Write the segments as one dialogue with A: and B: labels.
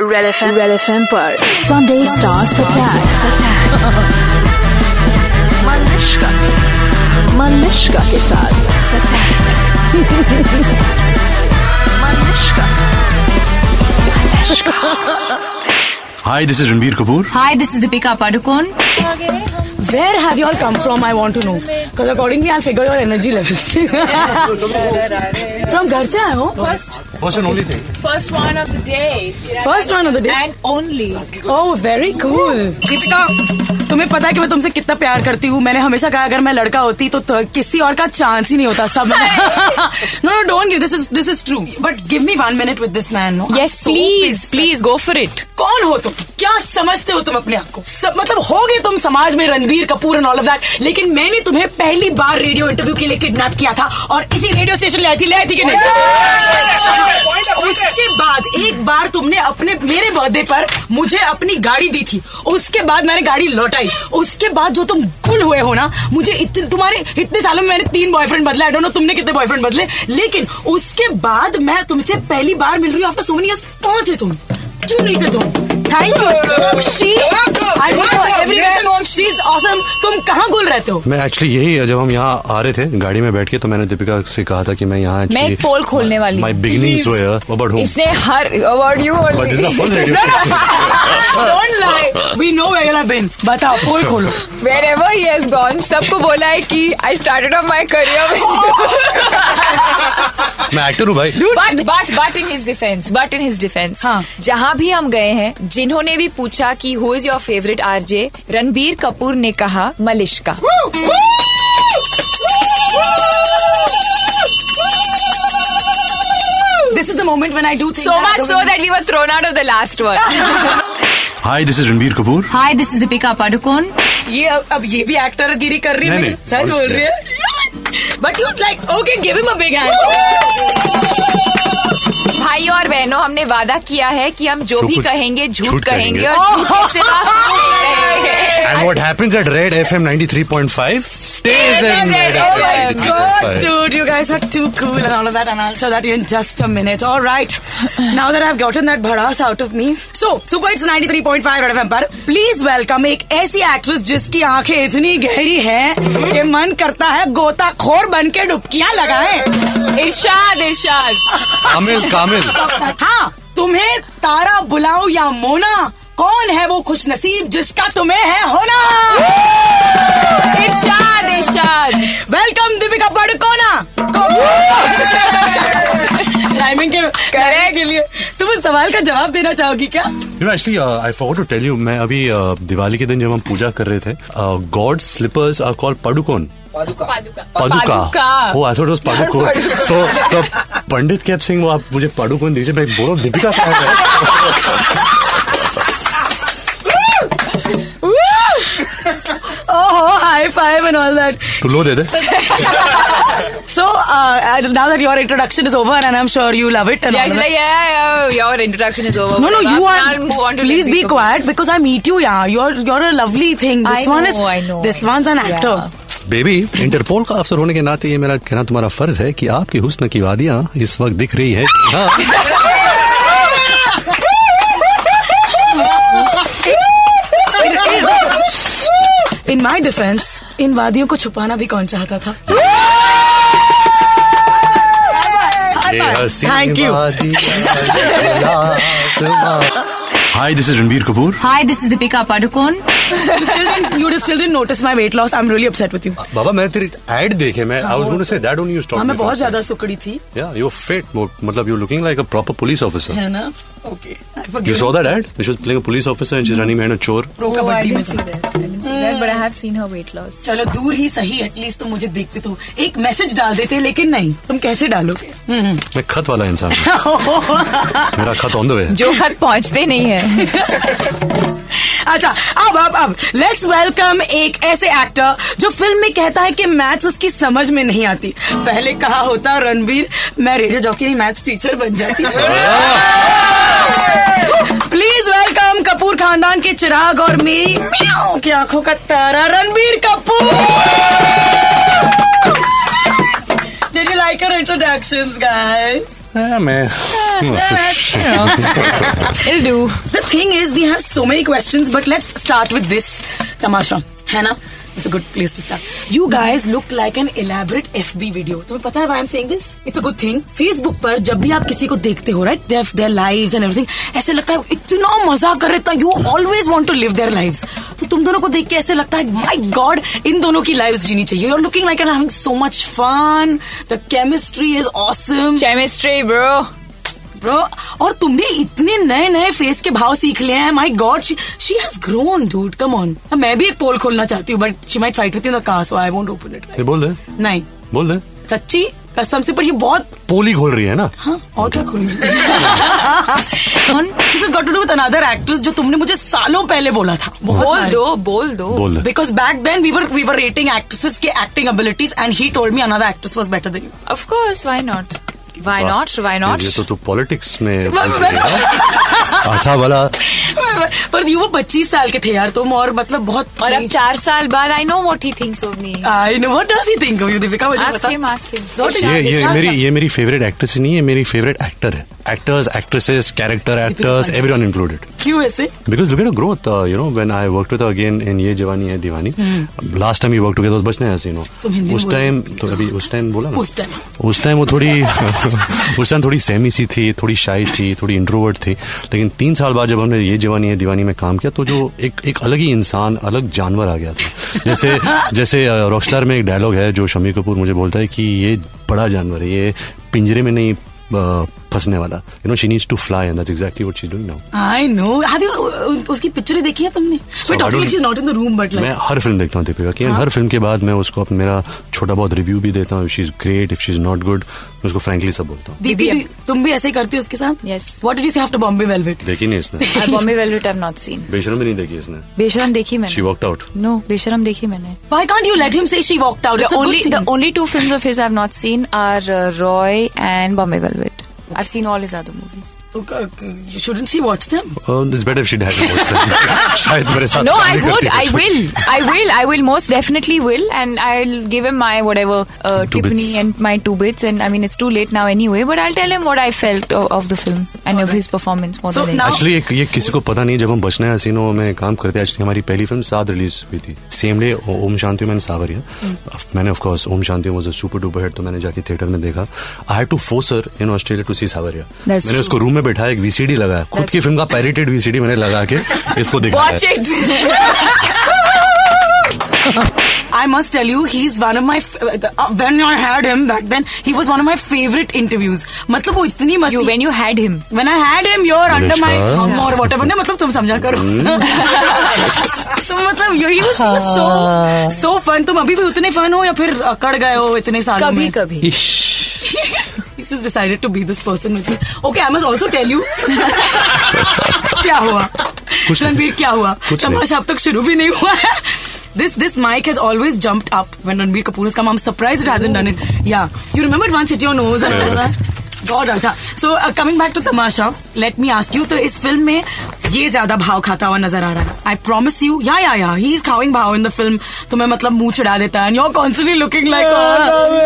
A: Red F M Red F M पर Sunday stars attack मनुष्का मनुष्का के साथ
B: Hi, this is Ranbir Kapoor.
C: Hi, this is Deepika Padukone.
D: Where have you all come from? I want to know. Because accordingly, I'll figure your energy levels. from घर से आए हो?
C: First,
B: First and only thing.
C: first one of the day.
D: First one of the day.
C: And only.
D: Oh, very cool. Deepika, तुम्हें पता है कि मैं तुमसे कितना प्यार करती हूँ मैंने हमेशा कहा अगर मैं लड़का होती तो तो किसी और का चांस ही नहीं होता सब no no don't give this is this is true but give me one minute with this man no
C: Yes, please, please go for it.
D: कौन हो तुम क्या समझते हो तुम अपने आप को सब मतलब हो गए तुम समाज में Ranbir Kapoor and all of that लेकिन मैंने तुम्हें पहली बार रेडियो इंटरव्यू के लिए किडनैप किया था और इसी रेडियो स्टेशन ले आई थी ले आई थी कि नहीं उसके बाद एक बार तुमने अपने मेरे बर्थडे पर मुझे अपनी गाड़ी दी थी उसके बाद मैंने गाड़ी लौटाई उसके बाद जो तुम गुल हुए हो ना मुझे इतने तुम्हारे इतने सालों में मैंने तीन बॉयफ्रेंड बदला आई डोंट नो तुमने कितने बॉयफ्रेंड बदले लेकिन उसके बाद मैं तुमसे पहली बार मिल रही हूँ आफ्टर सो मेनी कौन थे तुम क्यों नहीं थे तुम thank you she I everywhere she is awesome तुम कहाँ घुल रहते हो
B: मैं एक्चुअली यही जब हम यहाँ आ रहे थे गाड़ी में बैठ के तो मैंने दीपिका से कहा था कि मैं यहाँ
C: मैं एक पोल खोलने वाली
B: माई
C: हूँ।
B: बिगिनिंग्स अबाउट होम
C: इसने हर award you
B: But this is a full radio
D: don't lie we know where have been बताओ पोल खोलो
C: where ever he has gone सबको बोला है कि I started off my
B: Oh,
C: career
B: मैं एक्टर हूँ भाई
C: but but but in his defence but in his defence
D: हाँ।
C: जहाँ भी हम गए हैं जिन्होंने भी पूछा कि who is your favourite RJ Ranbir Kapoor ने कहा Malishka
D: this is the moment when I do thing
C: so much so that we were thrown out of the last one
B: Hi, this is Ranbir Kapoor.
C: Hi this is Deepika Padukone
D: ये अब अब ये भी actor गिरी कर रही है
B: नहीं,
D: मेरी- सच
B: नहीं,
D: बोल रही है but you like okay give him a big hand
C: भाई और बहनों हमने वादा किया है कि हम जो
B: जो
C: भी
B: कुछ
C: कहेंगे झूठ
B: झूठ
C: कहेंगे
B: कहेंगे।
C: और झूठ के सिवा कुछ नहीं कहेंगे।
B: And what happens at Red FM 93.5 stays
C: at
B: in
C: Red Oh
B: Red FM.
C: FM.
D: Oh God,
B: 93.5.
D: dude, you guys are too cool and all of that, and I'll show that you in just a minute. All right. Now that I've gotten that bhadas out of me. So, Super Hits 93.5 Red FM पर please welcome एक ऐसी actress जिसकी आंखें इतनी गहरी हैं कि मन करता है गोताखोर बन के डुबकियां लगाए
C: इरशाद इरशाद
B: Kamil, Kamil.
D: हाँ तुम्हें तारा बुलाओ या मोना कौन है वो खुशनसीब जिसका तुम्हें है होना
C: इरशाद इरशाद
D: वेलकम दीपिका पाडुकोना टाइमिंग के
C: Correct.
D: के लिए तुम उस सवाल का जवाब देना चाहोगी क्या
B: You know, actually, uh, I forgot to tell you, मैं अभी uh, दिवाली के दिन जब हम पूजा कर रहे थे, uh, God's slippers are called Oh, padukon. पादुका वो I thought was Padukone so तो पंडित कैप सिंह वो आप मुझे पादुकोण दीजिए मैं बोलो दीपिका क्या है
D: ओहो high five and all that
B: तो लो दे दे
D: so now that your introduction is over and I am sure you love it
C: Yeah, she's like, yeah, yeah, your introduction is over.
D: No, no, you
C: Now
D: are.
C: I'll move on to
D: Please be
C: Lizzie.
D: quiet because I meet you, yeah. You're you're a lovely thing. This
C: I
D: one
C: know,
D: is
C: I know,
D: this
C: I know.
D: one's an actor.
C: Yeah.
B: Baby Interpol का अफसर होने के नाते ये मेरा कहना तुम्हारा फर्ज है कि आपकी हुस्न की वादियां इस वक्त दिख रही हाँ। है
D: In my defense, इन वादियों को छुपाना भी कौन चाहता था? Thank you.
B: Hi this is Ranbir Kapoor
C: Hi, this is Deepika Padukone.
D: You still didn't- you still didn't notice my weight loss. I'm really upset with you.
B: बाबा मैं तेरी एड देखे मैं I was going to say that only you
D: हाँ
B: stop
D: मैं बहुत ज्यादा हाँ, सुकड़ी थी
B: या यू फिट मतलब you looking like a proper police officer
D: है ना okay
B: You saw that ad? She was playing a police officer and she's running behind a chore.
D: Pro
C: Oh, I
D: kabaddi में
C: didn't see that. I didn't see that, but I have seen her weight loss.
D: चलो दूर ही सही at least तुम मुझे देखते तो एक message डाल देते लेकिन नहीं तुम कैसे डालोगे हम्म।
B: मैं खत वाला इंसान हूँ मेरा खत ऑन द वे
C: जो खत पहुंचते नहीं है
D: अच्छा अब अब अब लेट्स वेलकम एक ऐसे एक्टर जो फिल्म में कहता है कि मैथ्स उसकी समझ में नहीं आती पहले कहा होता रणवीर मैं रेडियो जॉकी नहीं मैथ्स टीचर बन जाती प्लीज वेलकम कपूर खानदान के चिराग और मेरी म्याऊं की आंखों का तारा Ranbir Kapoor Did you like your introductions, guys?
B: "Eh, मैं
C: It'll do.
D: The thing is, we have so many questions, but let's start with this, Tamasha. Hannah, it's a good place to start. You guys look like an elaborate FB video. तुम्हें पता है why I'm saying this? It's a good thing. Facebook पर जब भी आप किसी को देखते हो, right? Their their lives and everything. ऐसे लगता है इतना मजा कर रहे थे. You always want to live their lives. तो तुम दोनों को देख के ऐसे लगता है, my God, इन दोनों की lives जीनी चाहिए. You're looking like you're having so much fun. The chemistry is awesome.
C: Chemistry, bro.
D: Bro, और तुमने इतने नए नए फेस के भाव सीख लिए हैं my god she has grown dude come on मैं भी एक पोल खोलना चाहती हूँ but she might fight with in the car so I won't open it
B: ये बोल दे
D: नहीं
B: बोल दे
D: सच्ची कसम से पर ये बहुत
B: पोली खोल रही है ना
D: हाँ और क्या खोलूंगी this is got to do with another actress जो तुमने मुझे सालों पहले बोला था
C: बोल दो, बोल दो.
B: बोल दे
D: because back then we were we were rating actresses के acting abilities and he told me another actress was better than you
C: Of course, why not? Why not? Why not?
B: ये तो तू पॉलिटिक्स में
D: मैं-
B: फंस गई ना। अच्छा भला
D: पर यू वो 25 साल के थे यार तुम और मतलब बहुत
C: और अब चार साल बाद I know what he thinks of me
D: I know what does he think of you Deepika मुझे
C: Ask
D: पता
C: him, ask him.
D: Not
B: ये
D: enough.
B: ये
D: Not
B: मेरी
D: enough.
B: ये मेरी फेवरेट एक्ट्रेस नहीं है मेरी फेवरेट एक्टर है actors actresses character actors
D: Panchal.
B: Everyone included
D: क्यों ऐसे
B: Because look at her growth, uh, you know, when I worked with her again in Ye Jawani Hai Diwani, last time we worked together was बचने ऐसे, you know.
D: हम्म। तुम हिंदी में
B: उस
D: बोलो।
B: Time तो अभी उस टाइम बोला ना
D: उस time.
B: उस टाइम वो थोड़ी उस टाइम थोड़ी सहमी सी थी थोड़ी शाई थी थोड़ी इंट्रोवर्ट थी लेकिन तीन साल बाद जब हमने ये जवानी है दीवानी में काम किया तो जो एक एक अलग ही इंसान अलग जानवर आ गया था जैसे जैसे अ, रॉकस्टार में एक डायलॉग है जो शमी कपूर मुझे बोलता है कि ये बड़ा जानवर है ये पिंजरे में नहीं अ, फंसने वाला you know she needs to fly and that's exactly what she doing now
D: I know have you uh, उसकी पिक्चर देखी है तुमने
B: So,
D: but
B: I don't-
D: obviously not in the room but
B: मैं
D: लाइक
B: हर फिल्म देखता हूँ दीपिका
C: हाँ।
B: की and हर फिल्म के बाद मैं उसको अपना मेरा छोटा बहुत रिव्यू भी देता हूँ she is great if she is not good मैं उसको फ्रेंकली सब बोलता हूँ
D: दीदी
C: दिव्या।
D: भी- तुम भी ऐसे ही करती हो उसके साथ
C: Yes.
D: What did you say after Bombay velvet
B: देखी नहीं इसने
C: I Bombay Velvet I've not seen.
B: बेशरम भी नहीं देखी इसने
C: बेशरम देखी
B: शी
C: मैंने.
B: वर्कड आउट
C: No, बेशरम देखी मैंने.
D: Why can't you let him say she walked out
C: The only the only two films of his I've not seen are uh, Roy and Bombay Velvet. I've seen all his other movies.
D: Oh, only shouldn't she watch them
B: it's better if she had शायद मेरे साथ
C: No, I
B: शादी करती
C: would.
B: है।
C: I will. I will. I will most definitely will, and I'll give him my whatever uh,
B: Two bits.
C: tippany and my two bits. And I mean, it's too late now anyway. But I'll tell him what I felt of, of the film and of his performance more
D: So
C: than
D: now-
C: anything.
B: Actually ये, ये किसी को पता नहीं जब हम बचने हसीनो में काम करते एक्चुअली हमारी पहली फिल्म साथ रिलीज हुई थी सेम डे ओम शांति मैंने सावरिया
C: हम्म।
B: मैंने of course Om Shanti was a super duper hit तो मैंने जाके थिएटर में देखा I had to force her in Australia to see Saawariya
C: That's
B: मैंने
C: true.
B: उसको रूम में बैठाया एक वीसीडी लगाया खुद
C: That's
B: की फिल्म का पैरेटेड वीसीडी मैंने लगा के इसको दिखाया
C: Watch it.
D: I must tell you, he's one of my f- uh, when I had him back then, he was one of my favorite interviews. मतलब वो इतनी मस्ती
C: you when you had him.
D: when I had him, you're under my
B: अच्छा।
D: thumb or whatever. ना मतलब तुम समझा करो
B: Hmm?
D: तो मतलब यही was he was so so fun. तुम अभी भी उतने फन हो या फिर अकड़ गए हो इतने सालों
C: कभी
D: में
C: कभी.
B: इश्श।
D: He's just decided to be this person with me. Okay, I must also tell you क्या हुआ
B: कुछ नहीं।
D: रणबीर क्या हुआ
B: कुछ नहीं।
D: तमाशा अब तक शुरू भी नहीं हुआ है This this mic has always jumped up when Ranbir Kapoor has come. I'm surprised it hasn't done it. Yeah, you remembered once hit your nose and all that. God, अच्छा. So uh, coming back to Tamasha, let me ask you. तो इस फिल्म में ये ज्यादा भाव खाता हुआ नजर आ रहा है. I promise you. Yeah, yeah, yeah. He is खाविंग भाव in the film. तुम्हें मतलब मुंह चढ़ा देता है. And you're constantly looking like. Oh,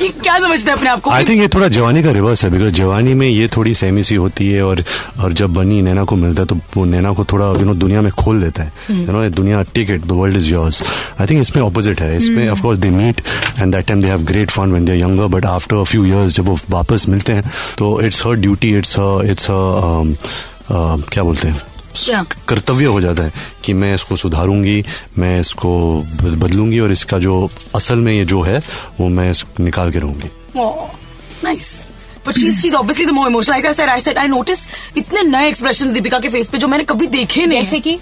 D: ये क्या समझते हैं अपने आप को?
B: आई थिंक ये थोड़ा जवानी का रिवर्स है बिकॉज जवानी में ये थोड़ी सहमी सी होती है और और जब बनी नैना को मिलता है तो वो नैना को थोड़ा यू नो दुनिया में खोल देता है यू नो दुनिया take it the world is yours I think इसमें ऑपोजिट है इसमें of course they meet and that time they have great fun when they are younger but after a few years जब वो वापस मिलते हैं तो it's her duty it's it's um, uh, क्या बोलते हैं
D: क्या?
B: कर्तव्य हो जाता है कि मैं इसको सुधारूंगी मैं इसको बद- बदलूंगी और इसका जो असल में ये जो है वो मैं इस- निकाल के रहूंगी
D: Oh, nice. But she's she's obviously the more emotional. Like I said, I said I noticed इतने नए expressions दीपिका के face पे जो मैंने कभी देखे नहीं हैं।
C: जैसे कि?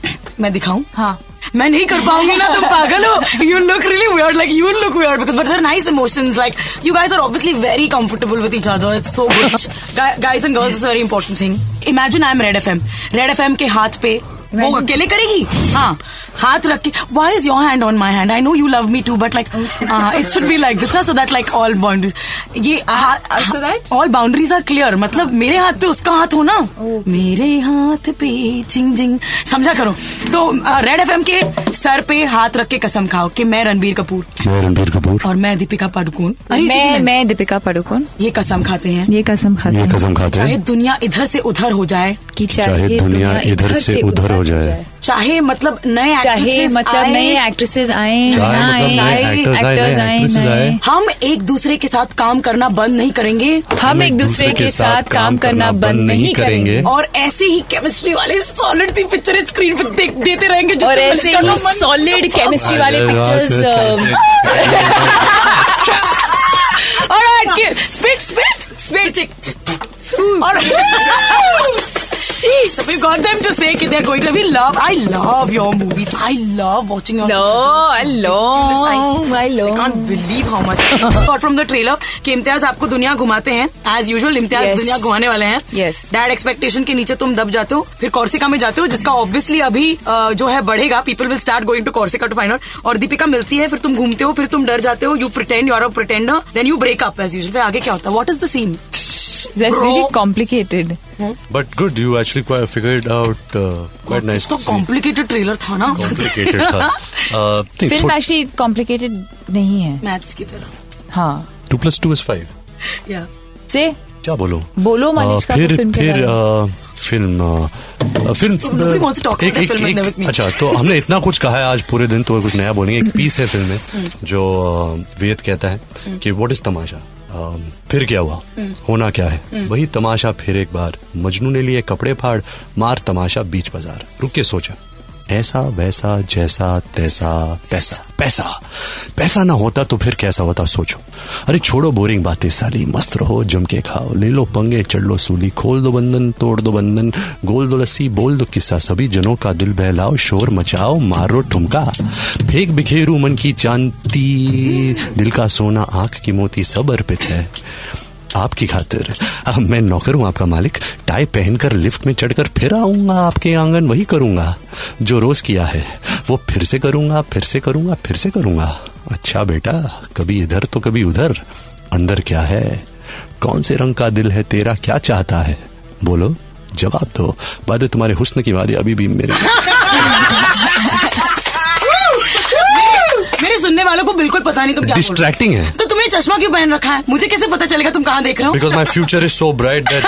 D: मैं दिखाऊं
C: हाँ.
D: मैं नहीं कर पाऊंगी ना तुम पागल हो you look really weird like you look weird because but they're nice emotions like you guys are obviously very comfortable with each other it's so good Gu- guys and girls is a very important thing imagine I'm Red FM Red FM के हाथ पे वो
C: Imagine-
D: अकेले करेगी हाँ हाथ रख के why is your hand on my hand I know you love me too but like it should be like this ना so that like all boundaries ये
C: uh, so that-
D: all boundaries are clear मतलब मेरे हाथ पे उसका हाथ हो ना मेरे हाथ पे चिंग जिंग समझा करो तो रेड एफ के सर पे हाथ रख के कसम खाओ कि मैं रणबीर कपूर
B: मैं रणबीर कपूर
D: और मैं दीपिका पादुकोण अरे
C: मैं
D: ठीक है,
C: मैं दीपिका पादुकोण
D: ये कसम खाते हैं
C: ये कसम खाते
B: ये
C: हैं
B: कसम खाते
D: चाहे
B: हैं
D: दुनिया इधर से उधर हो जाए
C: कि
B: चाहे दुनिया इधर से उधर हो जाए।
D: चाहे मतलब नए
C: चाहे
D: actresses
C: मतलब
D: आए,
C: नए एक्ट्रेसेस आए
B: चाहे
C: ना
B: मतलब नए
C: आए
B: actors आए,
C: एक्टर्स
B: नए
C: आए
B: actresses
C: ना
B: आए।
C: आए।
D: हम एक दूसरे के साथ काम करना बंद नहीं करेंगे
C: हम एक दूसरे के साथ काम करना बंद नहीं करेंगे
D: और ऐसे ही केमिस्ट्री वाले सॉलिड सी पिक्चर स्क्रीन पर देख देते रहेंगे जिससे
C: और ऐसे
D: मनुष्य का
C: ही
D: मन-
C: सॉलिड केमिस्ट्री वाले um,
B: अरे रात में
C: pictures
D: Alright, kid. spit, spit, spit, chick. All right. See, so we've got them to say that they're going to be love. I love your movies. I love watching your
C: No, I
D: movies. It's
C: love,
D: ridiculous.
C: I love.
D: can't believe how much. और from the trailer कि इम्तियाज आपको दुनिया घुमाते हैं as usual Imtiaz
C: Yes.
D: दुनिया घुमाने वाले हैं
C: Yes.
D: डैड एक्सपेक्टेशन के नीचे तुम दब जाते हो फिर कौरसिका में जाते हो जिसका ऑब्वियसली अभी अ, जो है बढ़ेगा people will start going to Corsica to find out और दीपिका मिलती है फिर तुम घूमते हो फिर तुम डर जाते हो you pretend you are pretender then you break up as usual फिर आगे क्या होता है what is the scene
C: that's
D: Bro.
C: Really complicated
B: but good you actually quite figured out quite nice
D: तो कॉम्प्लिकेटेड ट्रेलर था ना
B: कॉम्प्लिकेटेड था
C: film actually complicated नहीं है
D: मैथ्स की तरह
C: हाँ
B: two plus two is five
D: या
C: से
B: क्या बोलो
C: बोलो मनीष
B: अ,
C: का
B: फिर
C: फिल्म के
B: फिर uh,
C: बारे में।
B: अ, फिल्म अ, अ, film
D: Nobody wants to talk about
B: uh, एक-
D: that
B: एक-
D: film
B: एक-
D: with me.
B: अच्छा तो हमने इतना कुछ कहा है आज पूरे दिन तो कुछ नया बोलेंगे एक पीस है फिल्म में जो अ, वेद कहता है कि व्हाट इज तमाशा अ, फिर क्या हुआ होना क्या है वही तमाशा फिर एक बार मजनू ने लिए कपड़े फाड़ मार तमाशा बीच बाजार रुक के सोचा ऐसा वैसा जैसा तैसा पैसा पैसा पैसा ना होता तो फिर कैसा होता सोचो अरे छोड़ो बोरिंग बातें साली मस्त रहो जम के खाओ ले लो पंगे चढ़ लो सूली खोल दो बंधन तोड़ दो बंधन गोल दो लस्सी बोल दो किस्सा सभी जनों का दिल बहलाओ शोर मचाओ मारो ठुमका फेंक बिखेरू मन की चांदी दिल का सोना आंख की मोती सब अर्पित है आपकी खातिर अब मैं नौकर हूँ आपका मालिक टाई पहनकर लिफ्ट में चढ़कर फिर आऊंगा आपके आंगन वही करूंगा जो रोज किया है वो फिर से करूंगा फिर से करूंगा फिर से करूंगा अच्छा बेटा कभी इधर तो कभी उधर अंदर क्या है कौन से रंग का दिल है तेरा क्या चाहता है बोलो जवाब दो बाद तुम्हारे हुस्न की वादी अभी भी मेरे
D: मेरे सुनने वालों को बिल्कुल पता नहीं तुम क्या बोल रहे हो।
B: डिस्ट्रैक्टिंग है
D: तो तुमने चश्मा क्यों पहन रखा है मुझे कैसे पता चलेगा तुम कहाँ देख रहे हो
B: because my future is so bright that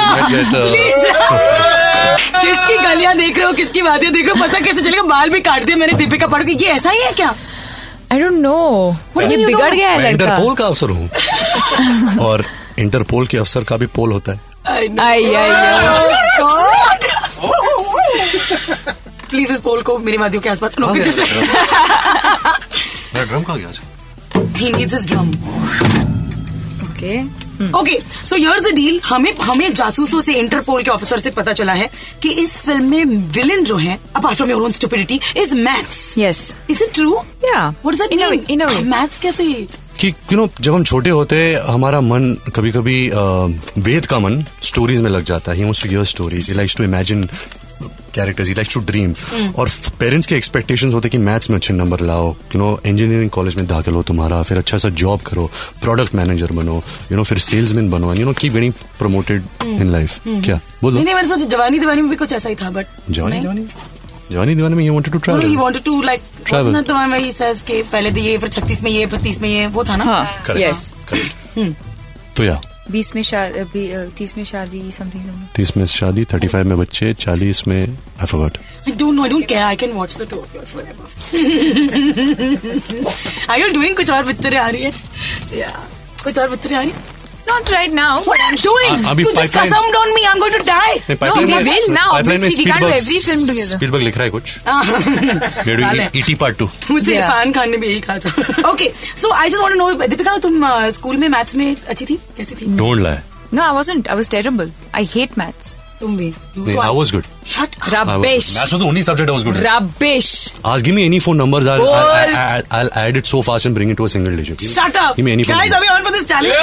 D: किसकी गलियां देख रहे हो किसकी वादियां देख रहे हो पता कैसे चलेगा बाल भी काट दिए मैंने दीपिका पाडुकोण ये ऐसा ही है क्या
C: आई डोंट नो
D: do
C: ये
D: you
C: बिगड़
D: know?
C: गया है
B: मैं
C: लड़का
B: इंटरपोल का अफसर हूँ और इंटरपोल के अफसर का भी पोल होता है
C: I Oh I I
D: please इस पोल को मेरी वादियों के आसपास नो
B: Okay. ड्रम का गया
D: ही needs his drum
C: okay
D: okay so here's the deal हमें हमें जासूसों से इंटरपोल के ऑफिसर से पता चला है कि इस फिल्म में विलन जो है apart from your own stupidity is maths
C: yes
D: is it true
C: Yeah.
D: What
C: In a way, in a way.
D: Maths कैसे
B: कि यू नो जब हम छोटे होते हमारा मन कभी कभी वेद का मन स्टोरीज में लग जाता है to hear stories he likes to imagine characters he likes to dream और पेरेंट्स के एक्सपेक्टेशंस होते कि मैथ्स में अच्छे नंबर लाओ यू नो इंजीनियरिंग कॉलेज में दाखिल हो तुम्हारा फिर अच्छा सा जॉब करो प्रोडक्ट मैनेजर बनो यू नो फिर सेल्समैन बनो you know keep getting promoted in life क्या बोलो
D: नहीं नहीं मैंने सोचा जवानी दीवानी में भी कुछ ऐसा ही था बट
B: जवानी जवानी जवानी दीवानी में यू वांटेड टू
D: ही
B: travel
D: wanted to like
B: Travel.
D: ना तो मैं ही says के पहले तो ये फिर 36 में ये फिर 30 में ये वो था ना
C: हाँ
B: Correct.
C: यस
B: तो या
C: बीस में शादी तीस में शादी समथिंग
B: तीस में शादी थर्टी फाइव में बच्चे चालीस में I forgot
D: I don't know. I don't care. I can watch the two of you forever. Are you doing कुछ और पिक्चरें आ रही है Yeah. कुछ और पिक्चरें आ रही है
C: not right now
D: What I'm doing?
B: आ- अभी
D: you just
B: pipeline-
D: assumed on me. I'm going to die.
C: pipeline we में- will now, pipeline में obviously, we can't do Spielberg- every film together.
B: लिख रहा है कुछ E
D: साले.
B: ईटी पार्ट टू
D: मुझे
C: Yeah.
D: इरफान खान ने भी यही कहा था okay so I just want to know Deepika तुम स्कूल में मैथ्स में अच्छी थी कैसी थी
B: ढूंढ लाए
C: no I wasn't I was terrible I hate maths
D: तुम भी You
B: नहीं
D: तो-
B: I was good
D: Shut up.
C: Rubbish
B: तो उन्हीं subject I was good
C: rubbish
B: आज give me any phone numbers I
C: Bold.
B: I add it so fast and bring it to a single digit
D: Shut up.
B: Give me any
D: Guys, are we on for this challenge?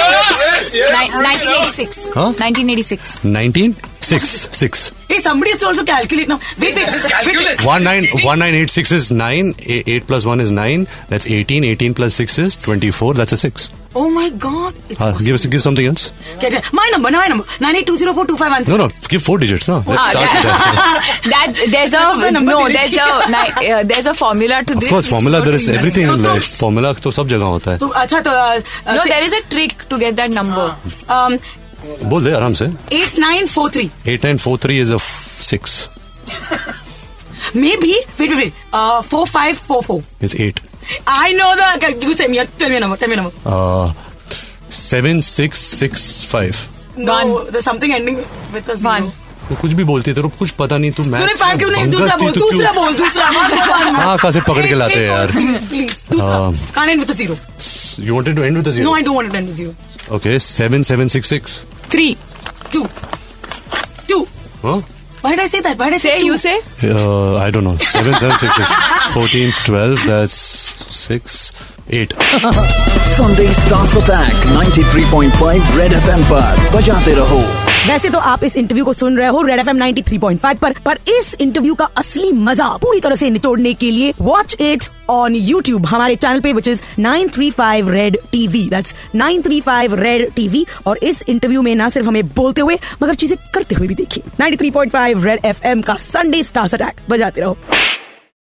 C: Nineteen eighty six
B: Huh?
C: Nineteen eighty six
B: 19 6 6
D: Hey, somebody has to also calculate now. Wait, wait.
E: This is
D: wait, wait.
E: calculus.
B: One nine
E: Cheating.
B: one nine eight six is nine. Eight, eight plus one is nine. That's eighteen. Eighteen plus six is twenty-four. That's a six.
D: Oh my god. It's
B: Uh, give us give something else.
D: Get it. My number, no, my number. Nine eight two zero four two five one
B: No,
D: three.
B: no. Give four digits. No. Let's
C: Ah,
B: start with that.
C: that there's a
D: number
C: no
D: दे
C: there's
D: रही
C: a ni- uh, there's a formula to
B: Of course,
C: this. which is
B: formula
C: what
B: there
C: you
B: is
C: use.
B: everything in
D: No, no.
B: life. Formula तो सब जगह होता
D: तो अच्छा तो
C: No, there is a trick to get that number.
D: Ah. um,
B: है. बोल दे आराम से.
D: Eight nine four three
B: Eight nine four three is a f- six.
D: Maybe wait wait four five four four
B: Is eight.
D: I know do same tell me number tell me number
B: Uh, seven six six five.
D: No the something ending with a
C: One.
D: Zero
B: तो कुछ भी बोलती है तेरे को कुछ पता नहीं तू
D: तूने
B: मैथ्स
D: फाइव क्यों नहीं दूसरा बोल दूसरा बोल दूसरा
B: तो हाँ, कहाँ से पकड़ के लाते हैं यार?
D: प्लीज दूसरा
B: हाँ।
D: Can end with zero
B: you wanted to end with a
D: no
B: zero
D: I don't want to end with zero
B: okay 7766
D: three two two
B: हां
D: why do I say that why do
C: Say you say
B: Uh, I don't know. Seven, seven, six, six. 14, 12, that's six, eight.
F: Sunday Stars Attack 93.5 Red FM पर बजाते रहो
G: वैसे तो आप इस interview को सुन रहे हो red F M ninety three point five पर पर इस इंटरव्यू का असली मजा पूरी तरह से निचोड़ने के लिए वॉच इट ऑन यूट्यूब हमारे चैनल पे which is nine three five red TV that's nine three five red TV और इस इंटरव्यू में ना सिर्फ हमें बोलते हुए मगर चीजें करते हुए भी देखिए 93.5 three point five red F M का संडे स्टार्स अटैक बजाते रहो